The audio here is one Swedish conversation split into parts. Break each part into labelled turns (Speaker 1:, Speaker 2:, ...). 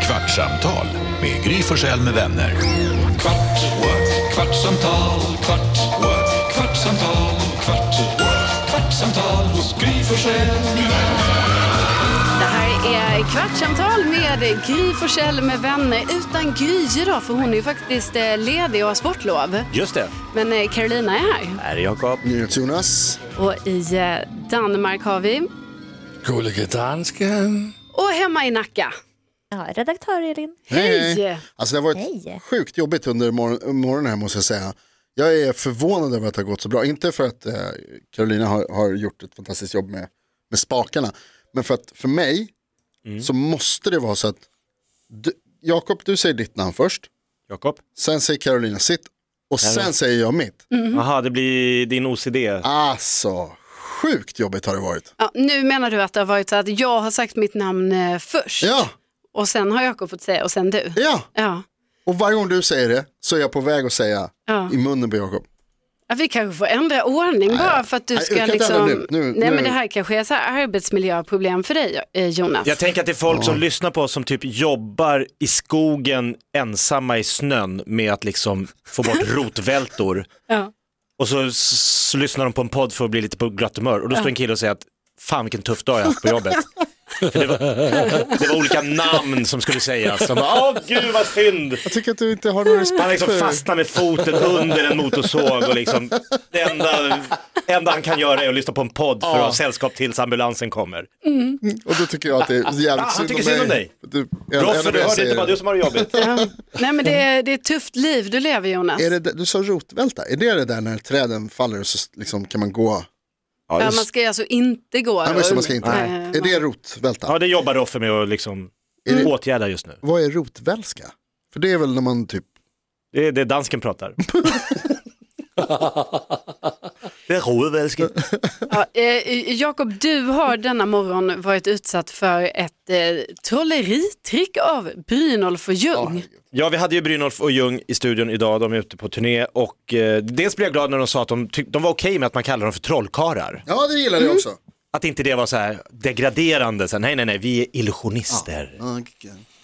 Speaker 1: Kvartsamtal med Gry Forssell med vänner. Kvart, what? kvartsamtal, kvart, what? kvartsamtal, kvart, what? kvartsamtal hos Gry Forssell med vänner.
Speaker 2: Det här är Kvartsamtal med Gry Forssell med vänner. Utan Gry idag, för hon är ju faktiskt eh, ledig och har sportlov.
Speaker 3: Just det.
Speaker 2: Men eh, Carolina är här.
Speaker 3: Här är Jakob.
Speaker 4: Jonas.
Speaker 2: Och i eh, Danmark har vi.
Speaker 5: Gullige dansken.
Speaker 2: Och hemma i Nacka.
Speaker 6: Ja, redaktör Elin.
Speaker 2: Hej!
Speaker 4: Alltså det har varit
Speaker 6: Hej.
Speaker 4: sjukt jobbigt under mor- morgonen här måste jag säga. Jag är förvånad över att det har gått så bra. Inte för att eh, Carolina har, har gjort ett fantastiskt jobb med, med spakarna. Men för att för mig så måste det vara så att du, Jakob, du säger ditt namn först.
Speaker 3: Jakob.
Speaker 4: Sen säger Carolina sitt. Och sen säger jag mitt.
Speaker 3: Jaha, det blir din OCD.
Speaker 4: Alltså, sjukt jobbigt har det varit.
Speaker 2: Ja, nu menar du att det har varit så att jag har sagt mitt namn eh, först
Speaker 4: Ja,
Speaker 2: och sen har Jakob fått säga och sen du.
Speaker 4: ja.
Speaker 2: Ja.
Speaker 4: Och varje gång du säger det så är jag på väg att säga
Speaker 2: Ja.
Speaker 4: i munnen på Jakob.
Speaker 2: Ja, vi kanske får ändra ordning bara för att du
Speaker 4: Nej,
Speaker 2: ska
Speaker 4: jag kan inte
Speaker 2: liksom...
Speaker 4: ändra nu. Nu-
Speaker 2: Nej,
Speaker 4: nu-
Speaker 2: men det här kanske är så här arbetsmiljöproblem för dig, eh, Jonas.
Speaker 3: Jag tänker att det är folk som lyssnar på oss som typ jobbar i skogen ensamma i snön med att liksom få bort rotvältor.
Speaker 2: Ja.
Speaker 3: Och så, s- så lyssnar de på en podd för att bli lite på glatt humör och då står en kille och säger att fan vilken tuff dag jag haft på jobbet. För Det var, det var olika namn som skulle sägas. De bara, åh gud vad synd.
Speaker 4: Jag tycker att du inte har någon respekt
Speaker 3: Han liksom
Speaker 4: för
Speaker 3: fastnar med foten under en motorsåg och liksom det enda, enda han kan göra är att lyssna på en podd för att ha sällskap tills ambulansen kommer.
Speaker 4: Och då tycker jag att det är jävligt
Speaker 3: Ah, han tycker synd om dig.
Speaker 4: Du,
Speaker 3: Bra
Speaker 4: en
Speaker 3: för
Speaker 4: av
Speaker 3: du
Speaker 4: er
Speaker 3: hörde
Speaker 4: säger-
Speaker 3: inte bara du som har det jobbigt.
Speaker 2: Ja. Nej, men det är, det är ett tufft liv du lever, Jonas.
Speaker 4: Är det, det- du sa rotvälta, är det det där när träden faller och så liksom kan man gå?
Speaker 2: Ja, man ska alltså inte gå. Eh,
Speaker 4: Nej,
Speaker 2: då.
Speaker 4: men så man ska inte.
Speaker 2: Nej.
Speaker 4: Är det rotvälta?
Speaker 3: Ja, det jobbar Roffe med att liksom åtgärda just nu.
Speaker 4: Vad är rotvälska? För det är väl när man typ,
Speaker 3: Det är det dansken pratar. det är roevälske.
Speaker 2: Ja, eh, Jakob, du har denna morgon varit utsatt för ett eh, trolleritrick av Brynolf och Ljung.
Speaker 3: Ja, vi hade ju Brynolf och Ljung i studion idag, de är ute på turné och eh, dels blev jag glad när de sa att de, tyck- de var okej med att man kallar dem för trollkarlar.
Speaker 4: ja det gillar
Speaker 3: Mm.
Speaker 4: jag också.
Speaker 3: Att inte det var så här degraderande, så här, nej nej nej, vi är illusionister.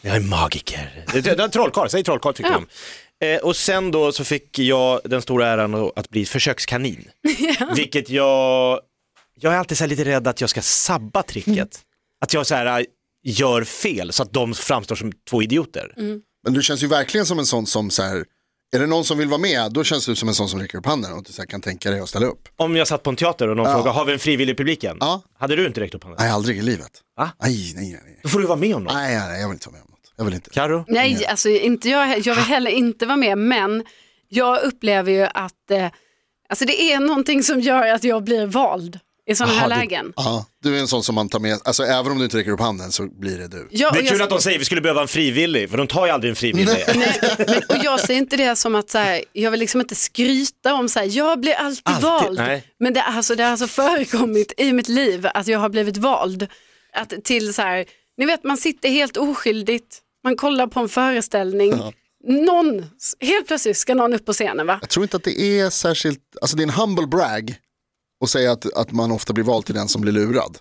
Speaker 3: Jag är magiker. Det, det, det är trollkarl, säg trollkarl tycker
Speaker 2: Ja.
Speaker 3: de. Eh, och sen då så fick jag den stora äran att bli försökskanin. Vilket jag, jag är alltid så här lite rädd att jag ska sabba tricket. Att jag så här äh, gör fel så att de framstår som två idioter.
Speaker 2: Mm.
Speaker 4: Men du känns ju verkligen som en sån som så här, är det någon som vill vara med, då känns du som en sån som räcker upp handen och att du så här kan tänka dig att ställa upp.
Speaker 3: Om jag satt på en teater och någon frågar, har vi en frivillig i publiken?
Speaker 4: Ja.
Speaker 3: Hade du inte räckt upp handen?
Speaker 4: Nej, aldrig i livet.
Speaker 3: Va?
Speaker 4: Nej, nej, nej. Nej,
Speaker 3: Då får du vara med om något.
Speaker 4: nej, nej jag vill inte vara med om något. Jag vill inte.
Speaker 3: Karo?
Speaker 2: Nej, alltså inte jag, jag vill heller inte vara med, men jag upplever ju att eh, alltså det är någonting som gör att jag blir vald i sådana här
Speaker 3: Jaha, det-
Speaker 2: lägen.
Speaker 4: Ja, du är en sån som man tar med, alltså även om du inte räcker upp handen så blir det du.
Speaker 2: Ja,
Speaker 3: Det
Speaker 2: och
Speaker 3: är
Speaker 2: jag-
Speaker 3: kul att de säger vi skulle behöva en frivillig, för de tar ju aldrig en frivillig.
Speaker 2: Nej, men, och jag säger inte det som att så här, jag vill liksom inte skryta om så här, jag blir alltid, vald.
Speaker 3: nej.
Speaker 2: Men det, är alltså, det har alltså förekommit i mitt liv att jag har blivit vald. Att till så här, ni vet man sitter helt oskyldigt, man kollar på en föreställning. Någon, helt plötsligt ska någon upp på scenen va?
Speaker 4: Jag tror inte att det är särskilt, alltså det är en humble brag att säga att, att man ofta blir vald till den som blir lurad.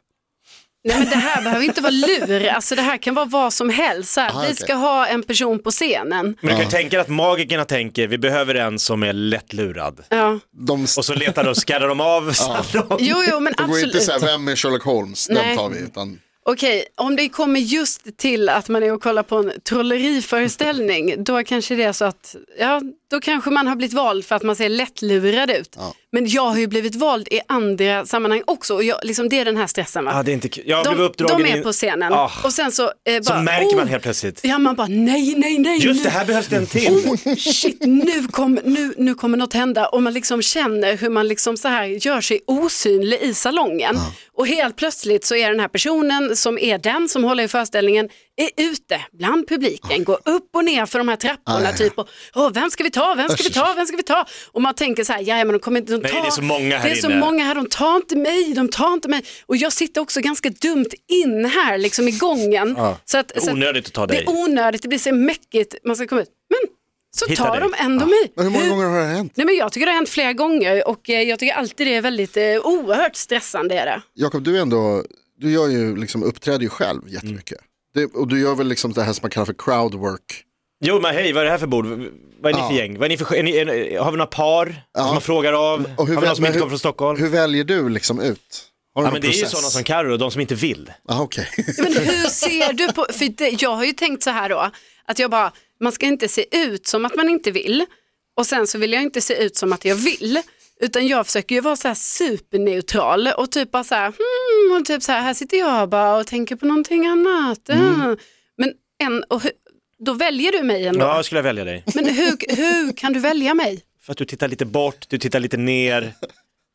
Speaker 2: Nej men det här behöver inte vara lur, alltså det här kan vara vad som helst. Så här,
Speaker 4: Aha,
Speaker 2: vi
Speaker 4: Ah, okej.
Speaker 2: ska ha en person på scenen.
Speaker 3: Men du kan ju tänka dig att magikerna tänker, vi behöver en som är lättlurad.
Speaker 2: Ja.
Speaker 4: De,
Speaker 3: Och så letar de, skallar de av. så att de-
Speaker 2: Jo, jo men
Speaker 4: de går
Speaker 2: absolut.
Speaker 4: inte så här, vem är Sherlock Holmes,
Speaker 2: Nej.
Speaker 4: den tar vi. Utan,
Speaker 2: Okej, om det kommer just till att man är och kollar på en trolleriföreställning, då kanske det är så att, ja, då kanske man har blivit vald för att man ser lättlurad ut. Men jag har ju blivit vald i andra sammanhang också och jag, liksom, det är den här stressen. Va?
Speaker 3: Ah, det är inte kul. Jag blev
Speaker 2: de,
Speaker 3: uppdragen
Speaker 2: de är
Speaker 3: in-
Speaker 2: på scenen
Speaker 3: Ah.
Speaker 2: och sen så, eh, bara,
Speaker 3: Så märker man
Speaker 2: oh,
Speaker 3: helt plötsligt.
Speaker 2: Ja, man bara nej, nej, nej.
Speaker 3: Just det,
Speaker 2: nu-
Speaker 3: här behövs det en till.
Speaker 2: Oh, shit, nu, kom, nu, nu kommer något hända och man liksom känner hur man liksom så här gör sig osynlig i salongen. Och helt plötsligt så är den här personen som är den som håller i föreställningen är ute bland publiken, går upp och ner för de här trapporna typ och "Åh, vem ska vi ta, vem ska vi ta, vem ska vi ta? Och man tänker så här, ja men de kommer inte, de tar,
Speaker 3: Nej, det är så många här
Speaker 2: det är så
Speaker 3: inne."
Speaker 2: många här, de tar inte mig, de tar inte mig. Och jag sitter också ganska dumt in här liksom i gången. Så att, så att-
Speaker 3: Onödigt att ta
Speaker 2: Det
Speaker 3: dig.
Speaker 2: är onödigt, det blir så mäckigt, man ska komma ut. Men så
Speaker 3: Hitta
Speaker 2: tar
Speaker 3: dig.
Speaker 2: de ändå mig.
Speaker 4: men hur många
Speaker 2: Hur-
Speaker 4: gånger har det hänt?
Speaker 2: Nej, men jag tycker det har hänt flera gånger och eh, jag tycker alltid det är väldigt eh, oerhört stressande. Är det.
Speaker 3: Mm.
Speaker 4: Jakob, du är ändå, du gör ju liksom, uppträder ju själv jättemycket. Det, och du gör väl liksom det här som man kallar för crowdwork.
Speaker 3: Jo men hej, vad är det här för bord? Vad är ni
Speaker 4: Ja.
Speaker 3: för gäng? Vad är ni för, är ni, är, ni- har vi några par som man frågar av?
Speaker 4: Och
Speaker 3: har vi någon som
Speaker 4: men
Speaker 3: inte kommer från Stockholm?
Speaker 4: Hur väljer du liksom ut? Har du
Speaker 3: ja,
Speaker 4: någon
Speaker 3: men det är ju
Speaker 4: process?
Speaker 3: sådana som Carro, de som inte vill.
Speaker 4: Ah, okej.
Speaker 2: Men hur ser du på, för det, jag har ju tänkt så här då, att jag bara, man ska inte se ut som att man inte vill och sen så vill jag inte se ut som att jag vill. Utan jag försöker ju vara så här superneutral och typ bara så här, hmm, och typ så här, här sitter jag bara och tänker på någonting annat. Mm. Men en, och hur, då väljer du mig ändå.
Speaker 3: Ja, jag skulle jag välja dig.
Speaker 2: Men hur, hur kan du välja mig?
Speaker 3: För att du tittar lite bort, du tittar lite ner,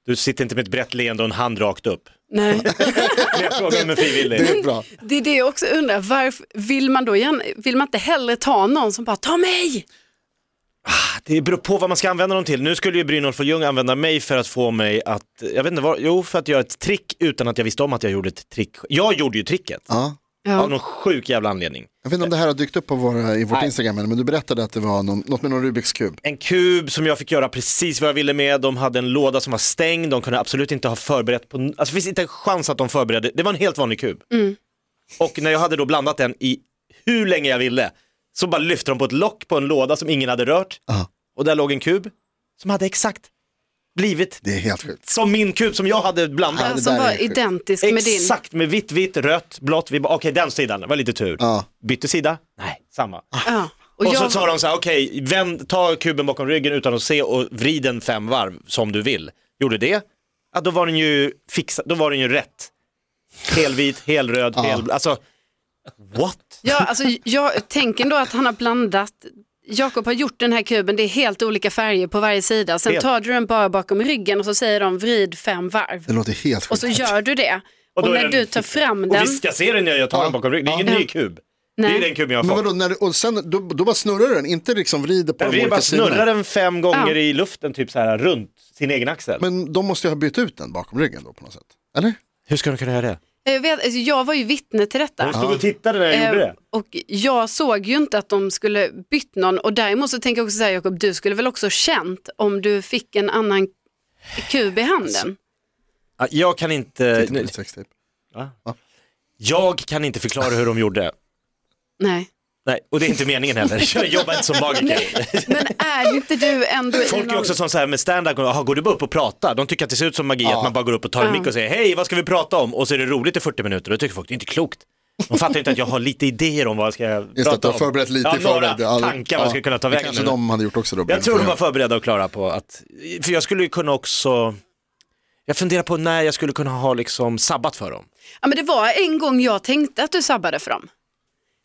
Speaker 3: du sitter inte med ett brett leende och en hand rakt upp.
Speaker 2: Nej.
Speaker 3: Men jag frågar om en
Speaker 4: Det
Speaker 3: frivillig.
Speaker 4: är bra.
Speaker 2: Det är det jag också undrar, varför vill man då gärna, vill man inte hellre ta någon som bara, ta mig!
Speaker 3: Det beror på vad man ska använda dem till. Nu skulle ju Brynolf och Ljung använda mig för att få mig att, jag vet inte vad, jo för att göra ett trick utan att jag visste om att jag gjorde ett trick. Jag gjorde ju tricket,
Speaker 4: Ja.
Speaker 3: av någon sjuk jävla anledning.
Speaker 4: Jag vet inte om det här har dykt upp på våra, i vårt Instagram, men du berättade att det var någon, något med någon Rubiks kub.
Speaker 3: En kub som jag fick göra precis vad jag ville med, de hade en låda som var stängd, de kunde absolut inte ha förberett på, alltså det finns inte en chans att de förberedde, det var en helt vanlig kub.
Speaker 4: Mm.
Speaker 3: Och när jag hade då blandat den i hur länge jag ville, så bara lyfte de på ett lock på en låda som ingen hade rört.
Speaker 4: Ja.
Speaker 3: Och där låg en kub som hade exakt blivit
Speaker 4: Det är helt sjukt.
Speaker 3: som min kub som jag hade blandat.
Speaker 4: Ja, det
Speaker 2: som
Speaker 4: där
Speaker 2: var
Speaker 4: är sjukt.
Speaker 2: identisk Alltså, med din.
Speaker 3: Exakt med vitt, vitt, rött, blått. Vi bara, okej den sidan, det var lite tur.
Speaker 4: Ja.
Speaker 3: Bytte sida? Nej, samma.
Speaker 2: Ja.
Speaker 3: Och, så
Speaker 2: jag-
Speaker 3: sa de så här, okej, vänd, ta kuben bakom ryggen utan att se och vrid den fem varv som du vill. Gjorde det, ja, då var den ju fixad, då var den ju rätt. Helvit, helröd, hel, alltså what?
Speaker 2: Ja, alltså, jag tänker ändå att han har blandat. Jakob har gjort den här kuben, det är helt olika färger på varje sida. Sen
Speaker 3: Helt.
Speaker 2: tar du den bara bakom ryggen och så säger de vrid fem varv.
Speaker 4: Det låter helt sjukt.
Speaker 2: Och så gör du det. Och,
Speaker 3: då är
Speaker 2: när
Speaker 3: den-
Speaker 2: du tar fram
Speaker 3: Och
Speaker 2: den,
Speaker 3: vi ska se den när jag tar den bakom ryggen, det är ingen ny kub. Det
Speaker 2: Nej.
Speaker 3: är den kuben jag
Speaker 4: men
Speaker 3: har fått.
Speaker 4: vadå, när, du- och sen, då, då bara snurrar du den, inte liksom vrider på de
Speaker 3: Vi
Speaker 4: olika
Speaker 3: bara snurrar
Speaker 4: sidorna.
Speaker 3: den fem gånger i luften, typ så här runt sin egen axel.
Speaker 4: Men de måste ju ha bytt ut den bakom ryggen då på något sätt. Eller?
Speaker 3: Hur ska de kunna göra det?
Speaker 2: jag, vet, alltså, jag var ju vittne till detta.
Speaker 3: Hon stod och tittade när jag gjorde
Speaker 2: Eh,
Speaker 3: det.
Speaker 2: Och jag såg ju inte att de skulle bytt någon och däremot så tänker jag också så här Jakob, du skulle väl också känt om du fick en annan kub i handen?
Speaker 3: Ja, Jag kan inte,
Speaker 4: Titta på ditt Typ sextape.
Speaker 3: jag kan inte förklara hur de gjorde.
Speaker 2: Nej.
Speaker 3: Nej, och det är inte meningen heller. Jag jobbar inte som magiker.
Speaker 2: Men är inte du ändå i
Speaker 3: Folk är
Speaker 2: någon-
Speaker 3: också som så här med stand-up, jaha, går du bara upp och pratar? De tycker att det ser ut som magi, att man bara går upp och tar en mick och säger hej, vad ska vi prata om? Och så är det roligt i 40 minuter, då tycker folk det är inte klokt. De fattar ju inte att jag har lite idéer om vad jag ska
Speaker 4: Just
Speaker 3: prata
Speaker 4: att du har
Speaker 3: om.
Speaker 4: förberett lite
Speaker 3: ja,
Speaker 4: i förväg.
Speaker 3: Några tankar vad jag ska kunna ta
Speaker 4: det
Speaker 3: vägen.
Speaker 4: kanske
Speaker 3: med det.
Speaker 4: de hade gjort också då.
Speaker 3: Jag tror de var förberedda och klara på att, för jag skulle ju kunna också, jag funderar på när jag skulle kunna ha liksom sabbat för dem.
Speaker 2: Ja, men det var en gång jag tänkte att du sabbade för dem.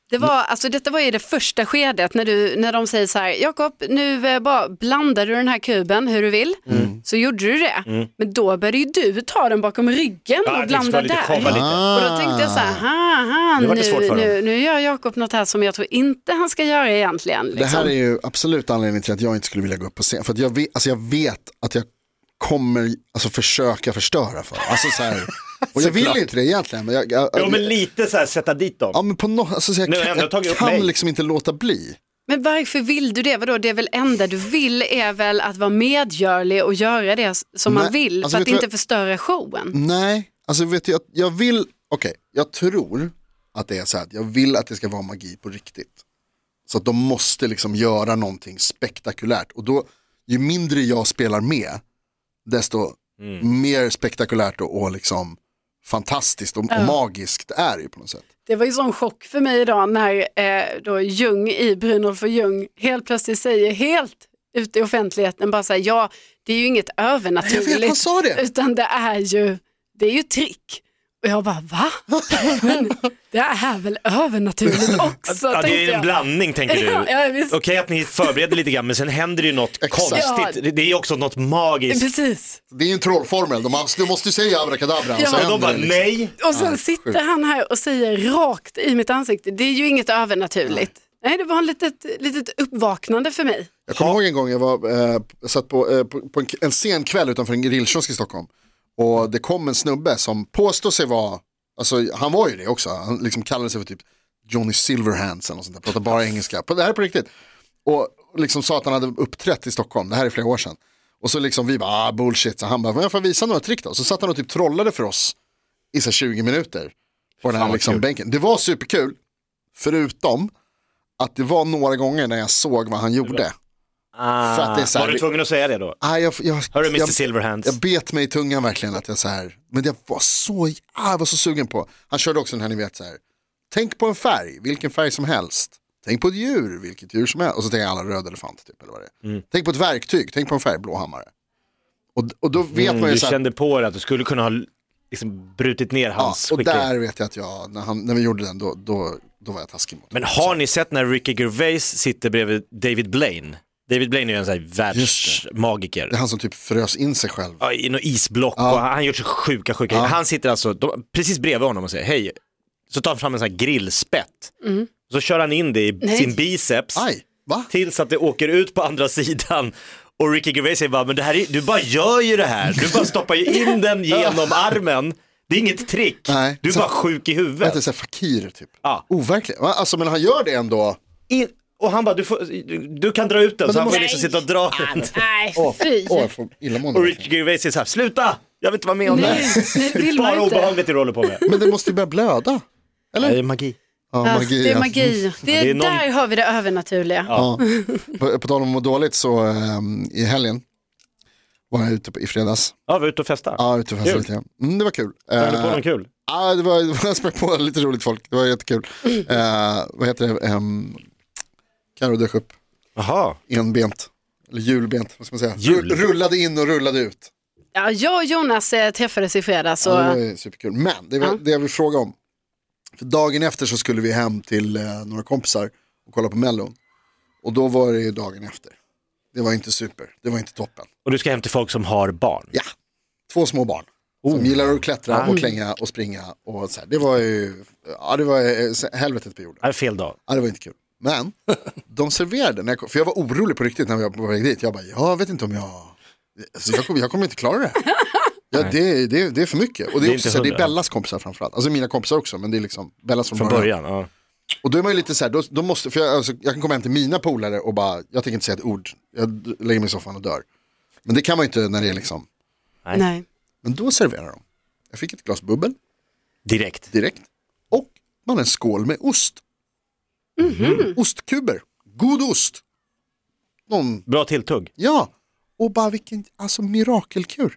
Speaker 2: Det
Speaker 3: Mm.
Speaker 2: var, alltså, detta var ju det första skedet när, du, när de säger så här, Jakob, nu eh, bara blandar du den här kuben hur du vill,
Speaker 3: Mm.
Speaker 2: så gjorde du det. Men då började ju du ta den bakom ryggen
Speaker 3: Ja,
Speaker 2: och
Speaker 3: det
Speaker 2: blanda
Speaker 3: ska lite
Speaker 2: där.
Speaker 3: komma lite.
Speaker 2: Och då tänkte jag så
Speaker 4: Ah.
Speaker 2: här, ha,
Speaker 3: Nu
Speaker 2: ha,
Speaker 3: vart det svårt
Speaker 2: nu,
Speaker 3: för
Speaker 2: nu, nu gör Jakob något här som jag tror inte han ska göra egentligen. Liksom.
Speaker 4: Det här är ju absolut anledningen till att jag inte skulle vilja gå upp på scen. För att jag vet, alltså jag vet att jag kommer alltså, försöka förstöra för alltså, så här, Och jag vill ju inte det egentligen. Men jag, jag,
Speaker 3: Jo men lite så här sätta dit dem.
Speaker 4: ja, men på något, alltså, så jag
Speaker 3: Nu har jag ändå
Speaker 4: kan, jag
Speaker 3: tagit upp mig.
Speaker 4: kan liksom inte låta bli.
Speaker 2: Men varför vill du det? Vadå? Det är väl enda du vill är väl att vara medgörlig och göra det som
Speaker 4: Nej,
Speaker 2: man vill
Speaker 4: alltså,
Speaker 2: för
Speaker 4: vet
Speaker 2: att
Speaker 4: du-
Speaker 2: inte förstöra showen.
Speaker 4: Nej, alltså vet du, jag, jag vill, okej, jag tror att det är så här, att jag vill att det ska vara magi på riktigt. Så att de måste liksom göra någonting spektakulärt och då, ju mindre jag spelar med, desto
Speaker 3: Mm.
Speaker 4: mer spektakulärt och, och liksom fantastiskt och, och magiskt är det ju på något sätt.
Speaker 2: Det var ju sån chock för mig idag när eh, då Ljung i Brynolf och Ljung helt plötsligt säger helt ute i offentligheten bara säger ja, det är ju inget övernaturligt.
Speaker 4: Jag vet, han sa det.
Speaker 2: Utan det är ju, det är ju trick. Och jag bara va? Men det är väl övernaturligt också
Speaker 3: ja,
Speaker 2: tänkte
Speaker 3: det är en
Speaker 2: jag.
Speaker 3: blandning tänker du.
Speaker 2: Ja, ja, visst.
Speaker 3: Okej att ni förbereder lite grann men sen händer det ju något
Speaker 4: Exakt.
Speaker 3: konstigt. Det- Det är ju också något magiskt.
Speaker 2: Precis.
Speaker 4: Det är ju en trollformel, de, har- de måste ju säga abrakadabra.
Speaker 2: Ja.
Speaker 4: så
Speaker 3: Och
Speaker 4: händer
Speaker 3: de bara
Speaker 4: det liksom.
Speaker 3: nej.
Speaker 2: Och sen sitter han här och säger rakt i mitt ansikte, det är ju inget övernaturligt. Nej, det var ett litet, litet uppvaknande för mig.
Speaker 4: Jag kommer ihåg en gång jag var, eh, jag satt på, eh, på, på en, en sen kväll utanför en grillkiosk i Stockholm. Och det kom en snubbe som påstod sig vara, alltså han var ju det också, han liksom kallade sig för typ Johnny Silverhands eller något sånt där, pratade bara engelska. På- Det här är på riktigt. Och liksom sa att han hade uppträtt i Stockholm, det här är flera år sedan. Och så liksom vi bara, ah, bullshit, så han bara, men jag får visa några trick då. Så satt han och typ trollade för oss i så här 20 minuter på den här liksom, bänken. Det var superkul, Förutom att det var några gånger när jag såg vad han gjorde. För att det är så här-
Speaker 3: Var du tvungen att säga det då?
Speaker 4: Ah, jag, jag,
Speaker 3: Hörru Mr
Speaker 4: jag,
Speaker 3: Silverhands.
Speaker 4: jag bet mig i tungan verkligen att jag så här, men jag var så, ah, jag var så sugen på. Han körde också den här ni vet så här, tänk på en färg, vilken färg som helst. Tänk på ett djur, vilket djur som helst. Och så tänker jag alla röd elefant typ eller vad det
Speaker 3: Mm.
Speaker 4: är. Tänk på ett verktyg, tänk på en färg, blåhammare. Och, och då vet
Speaker 3: Mm,
Speaker 4: man ju
Speaker 3: du
Speaker 4: så här,
Speaker 3: kände på dig att du skulle kunna ha liksom, brutit ner
Speaker 4: ja,
Speaker 3: hans
Speaker 4: och
Speaker 3: skicklighet.
Speaker 4: där vet jag att jag, när, han, när vi gjorde den, då, då, då var jag taskig mot
Speaker 3: Men
Speaker 4: honom.
Speaker 3: har ni sett när Ricky Gervais sitter bredvid David Blaine? David Blaine är ju en sån här världsmagiker.
Speaker 4: Det är han som typ frös in sig själv.
Speaker 3: Ja, I något isblock och han gör så sjuka, sjuka Han sitter alltså de, precis bredvid honom och säger hej. Så tar han fram en sån här grillspett. Så kör han in det i
Speaker 2: Mm. Nej.
Speaker 3: sin biceps.
Speaker 4: Aj, va?
Speaker 3: Tills att det åker ut på andra sidan. Och Ricky Gervais säger bara, men det här är, du bara gör ju det här. Du bara stoppar ju in den genom armen. Det är inget trick.
Speaker 4: Nej.
Speaker 3: Du är
Speaker 4: Så-
Speaker 3: bara sjuk i
Speaker 4: Vad heter
Speaker 3: huvudet.
Speaker 4: det, så här, fakir typ?
Speaker 3: Ja.
Speaker 4: Overklig. Va? Alltså men han gör det ändå.
Speaker 3: In, och han bara, du, får, du, du kan dra ut den. Så han får
Speaker 4: måste-
Speaker 3: liksom sitta och dra den.
Speaker 2: Nej, fy.
Speaker 4: Åh, jag får illamående.
Speaker 3: Och Ricky Gervais är så här, sluta! Jag vill inte vara med om det
Speaker 2: Nej,
Speaker 3: här.
Speaker 2: det
Speaker 3: Det
Speaker 2: vill
Speaker 3: är
Speaker 2: man
Speaker 3: bara
Speaker 2: inte.
Speaker 3: obehagligt det du håller på med.
Speaker 4: Men det måste ju börja blöda. Eller?
Speaker 3: Det är magi.
Speaker 4: Ja,
Speaker 2: Ah,
Speaker 4: magi. alltså.
Speaker 2: det är
Speaker 4: ja.
Speaker 2: magi. Det är
Speaker 3: Det är någon-
Speaker 2: Där har vi det övernaturliga.
Speaker 4: Ja. På, på tal om att må dåligt så ehm, i helgen var jag ute på, i fredags.
Speaker 3: Ja, var ute och festa.
Speaker 4: Ja, ute och festade
Speaker 3: Kul.
Speaker 4: lite. grann. Mm, det var kul.
Speaker 3: Höll du på
Speaker 4: Eh,
Speaker 3: någon kul?
Speaker 4: Ja, det var, det var, jag sprang på lite roligt folk. Det var jättekul. Eh, vad heter det? Um, Carro dök upp
Speaker 3: Jaha.
Speaker 4: enbent. Eller julbent, vad ska man säga?
Speaker 3: Jul.
Speaker 4: Rull- Rullade in och rullade ut.
Speaker 2: Ja, jag och Jonas eh, träffades i fredags. Och,
Speaker 4: Ja, det var ju superkul. Men det, var,
Speaker 2: Ja.
Speaker 4: det jag vill fråga om. För dagen efter så skulle vi hem till eh, några kompisar och kolla på Mellon. Och då var det ju dagen efter. Det var inte super, det var inte toppen.
Speaker 3: Och du ska hem till folk som har barn.
Speaker 4: Ja, två små barn. Som gillar att klättra och klänga och springa. Och så här. Det var ju, ja det var ju helvetet på jorden.
Speaker 3: Ja, fel dag.
Speaker 4: Ja, det var inte kul. Men de serverade, när jag kom, för jag var orolig på riktigt när jag var på väg dit. Jag bara, jag vet inte om jag, alltså, jag, kommer, jag kommer inte klara det här. Ja, det, det, det är för mycket. Och det
Speaker 3: Det
Speaker 4: är,
Speaker 3: är
Speaker 4: också,
Speaker 3: inte
Speaker 4: så här, det är
Speaker 3: hundra.
Speaker 4: Bellas kompisar framförallt. Alltså mina kompisar också, men det är liksom Bellas från,
Speaker 3: Från
Speaker 4: början.
Speaker 3: början. Ja.
Speaker 4: Och då är man ju lite så här, då, då måste, för jag, alltså, jag kan komma hem till mina polare och bara, jag tänker inte säga ett ord. Jag d- lägger mig i soffan och dör. Men det kan man ju inte när det är liksom,
Speaker 2: nej.
Speaker 4: men då serverar de. Jag fick ett glas bubbel
Speaker 3: Direkt.
Speaker 4: direkt. Och man en skål med ost. Ostkuber. God ost. Någon,
Speaker 3: Bra tilltugg.
Speaker 4: ja. Och bara vilken, alltså mirakelkur.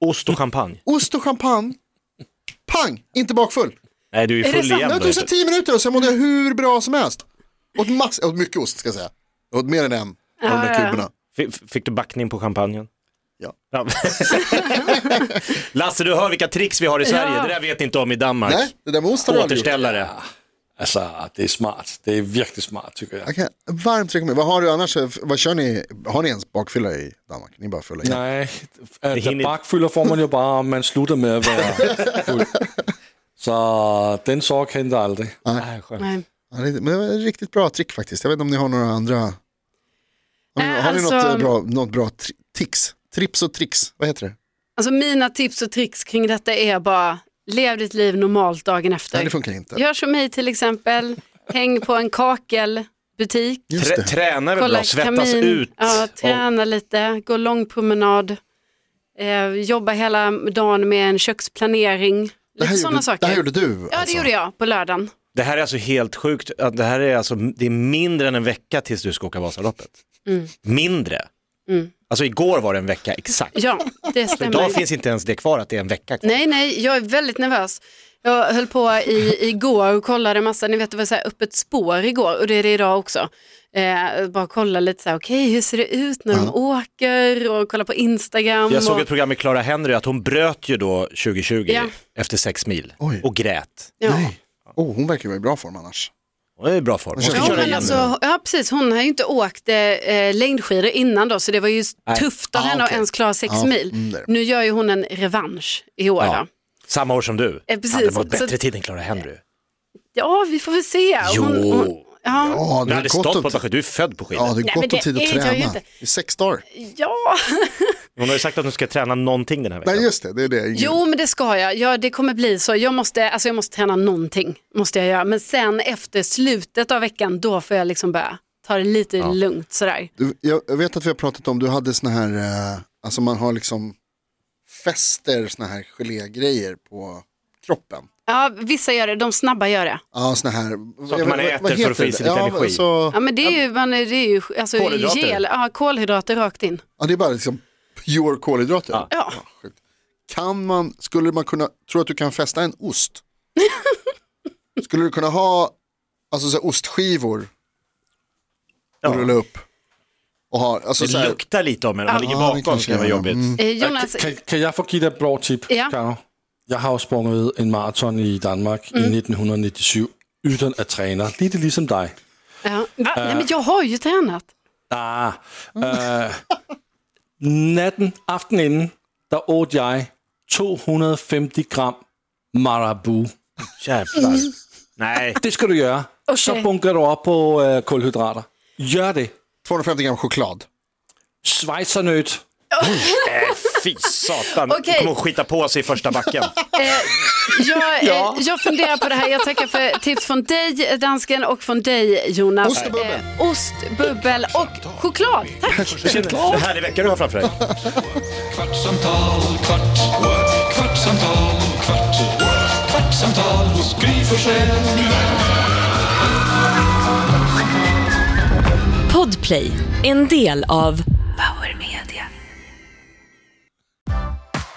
Speaker 3: Ost och champagne.
Speaker 4: Ost och champagne. Pang, inte bakfull.
Speaker 3: Nej, du är
Speaker 2: det
Speaker 3: full
Speaker 2: sant?
Speaker 3: igen.
Speaker 4: Det
Speaker 3: då,
Speaker 4: tog så
Speaker 3: vet
Speaker 4: tio minuter och sen mådde jag hur bra som helst. Åt, mass, åt mycket ost ska jag säga. Jag åt mer än en av de där kuberna.
Speaker 3: du. F- Fick du backning på champagnen?
Speaker 4: Ja.
Speaker 3: Lasse, du hör vilka tricks vi har i Sverige.
Speaker 2: Ja.
Speaker 3: Det där vet ni inte om i Danmark.
Speaker 4: Nej, det där med ost har jag aldrig gjort.
Speaker 3: Återställare.
Speaker 5: Altså, det er smart. Det er virkelig smart, tycker jeg.
Speaker 4: Okej, varmt rekommendera. Vad har du annars, vad kör ni, har ni ens bakfylla i Danmark? Ni är bara fulla igen.
Speaker 5: Nej, at
Speaker 3: helt-
Speaker 5: tabakfylder får man jo bare, om man slutter med at være fuld. Så den sorg kendte aldrig.
Speaker 2: nej.
Speaker 4: Ja, det, men det var ett riktigt bra trick faktiskt. Jag vet inte om ni har några andra. Har ni,
Speaker 2: Eh,
Speaker 4: har ni något
Speaker 2: alltså-
Speaker 4: eh, bra, något bra tri- tics? Trips och tricks, vad heter det?
Speaker 2: Alltså mina tips och tricks kring detta är bara lev ditt liv normalt dagen
Speaker 4: Nej, det
Speaker 2: efter.
Speaker 4: funkar inte.
Speaker 2: Gör som mig till exempel, häng på en kakelbutik,
Speaker 4: Just
Speaker 3: Trä,
Speaker 4: det.
Speaker 3: träna är väl
Speaker 2: kolla
Speaker 3: bra, svettas
Speaker 2: kamin,
Speaker 3: ut.
Speaker 2: Ja, träna lite, gå lång promenad, eh, jobba hela dagen med en köksplanering,
Speaker 4: Det här,
Speaker 2: lite sådana
Speaker 4: gjorde, det
Speaker 2: saker.
Speaker 4: här gjorde du
Speaker 2: ja, det
Speaker 4: alltså.
Speaker 2: gjorde jag på lördagen.
Speaker 3: Det här är alltså helt sjukt. att Det här är alltså, det är mindre än en vecka tills du ska åka Vasaloppet.
Speaker 2: Mm.
Speaker 3: Mindre. Alltså igår var det en vecka exakt.
Speaker 2: Ja, det
Speaker 3: Så
Speaker 2: stämmer.
Speaker 3: idag finns inte ens det kvar att det är en vecka kvar.
Speaker 2: Nej, nej, jag är väldigt nervös. Jag höll på i, igår och kollade massa, ni vet det var så här öppet spår igår och det är det idag också. Eh, bara kolla lite så här, okej hur ser det ut när de åker och kolla på Instagram.
Speaker 3: Jag såg
Speaker 2: och,
Speaker 3: ett program med Clara Henry att hon bröt ju då 2020
Speaker 2: Ja.
Speaker 3: efter sex mil
Speaker 4: Oj.
Speaker 3: och grät.
Speaker 2: ja.
Speaker 4: Oh, hon verkar vara i bra form annars.
Speaker 3: Hon är i bra form. Hon ska
Speaker 4: Ja,
Speaker 2: Ja,
Speaker 3: köra
Speaker 2: men
Speaker 3: igen nu.
Speaker 2: alltså, ja, precis. Hon har ju inte åkt eh, längdskidor innan då, så det var ju tufft av
Speaker 4: Ah,
Speaker 2: henne att
Speaker 4: okej.
Speaker 2: ens klara sex
Speaker 4: Ja,
Speaker 2: mil.
Speaker 4: mm, det är det.
Speaker 2: nu gör ju hon en revansch i år.
Speaker 3: Ja.
Speaker 2: Då.
Speaker 3: Samma år som du.
Speaker 2: Eh, precis.
Speaker 3: Hade mått
Speaker 2: Så-
Speaker 3: bättre tid än Clara Henry.
Speaker 2: ja, vi får väl se. Hon,
Speaker 3: Jo.
Speaker 2: hon, ja.
Speaker 4: Ja,
Speaker 3: Du hade
Speaker 4: det är gott
Speaker 3: stått på
Speaker 4: om
Speaker 3: ett par skidor. Du är född på skidor.
Speaker 4: Ja, det
Speaker 2: Nej,
Speaker 4: är
Speaker 2: men
Speaker 4: gott om
Speaker 2: det
Speaker 4: tid att
Speaker 2: är- det är ju
Speaker 4: träna.
Speaker 2: inte-
Speaker 4: I sex dagar.
Speaker 2: ja.
Speaker 3: Hon har ju sagt att hon ska träna någonting den här veckan.
Speaker 4: Nej, just det, det är det. Ingen-
Speaker 2: Jo, men det ska jag. Ja, det kommer bli så. Jag måste, alltså, jag måste träna någonting. Måste jag göra. Men sen efter slutet av veckan, då får jag liksom börja ta det lite lugnt sådär.
Speaker 4: Du, jag jag vet att vi har pratat om, du hade såna här, eh, alltså man har liksom fäster såna här gelégrejer på kroppen.
Speaker 2: Ja, vissa gör det, de snabba gör det.
Speaker 4: Ja, såna här. Så
Speaker 3: man äter för att få i sig lite
Speaker 4: ja,
Speaker 3: energi.
Speaker 4: Alltså,
Speaker 2: Ja, men det är ju, man, är- det är ju alltså,
Speaker 3: Kolhydrater.
Speaker 2: gel, ja, kolhydrater rakt in.
Speaker 4: ja, det är bara liksom pure kolhydrater.
Speaker 3: Ja.
Speaker 2: Ja.
Speaker 4: Sjukt. Kan man, skulle man kunna, tror att du kan fästa en ost? skulle du kunna ha, alltså så här, ostskivor och rulla upp? Och ha, alltså så
Speaker 3: Det
Speaker 4: här,
Speaker 3: luktar lite om en, om man ligger
Speaker 4: Ja, det
Speaker 3: bakom
Speaker 4: kanske
Speaker 3: ska det vara
Speaker 4: gör.
Speaker 3: jobbigt.
Speaker 4: Mm.
Speaker 2: Eh, Jonas,
Speaker 5: Kan, kan jag få give dig et bra tip,
Speaker 2: Ja.
Speaker 5: Karo? Jeg har jo sprunget en maraton i Danmark
Speaker 2: Mm.
Speaker 5: i 1997, uden at træne, lidt ligesom dig.
Speaker 2: ja. Va? Nej, men jag har ju tränat.
Speaker 5: Ah,
Speaker 2: Mm.
Speaker 5: øh, natten, aftenen inden, der åt jeg 250 gram Marabou.
Speaker 3: Jävlar. Nej,
Speaker 5: Det skal du gøre. Så bunker du op på øh, kulhydrater. Gør det.
Speaker 4: 250 gram choklad.
Speaker 5: Schweizernødt.
Speaker 3: fy satan.
Speaker 2: Okej.
Speaker 3: Kommer att skita på sig i första backen.
Speaker 2: Eh, Jag, eh, jag funderar på det här. Jag tackar för tips från dig, eh, dansken, och från dig, Jonas.
Speaker 4: Ost och bubbel.
Speaker 2: Eh, ost, bubbel och choklad. Tack.
Speaker 3: Det här är veckan du har framför dig.
Speaker 1: Kvartsamtal, kvart, what? kvartsamtal, kvart, what? kvartsamtal hos Gry Forssell med vänner.
Speaker 7: Podplay, en del av Power Media.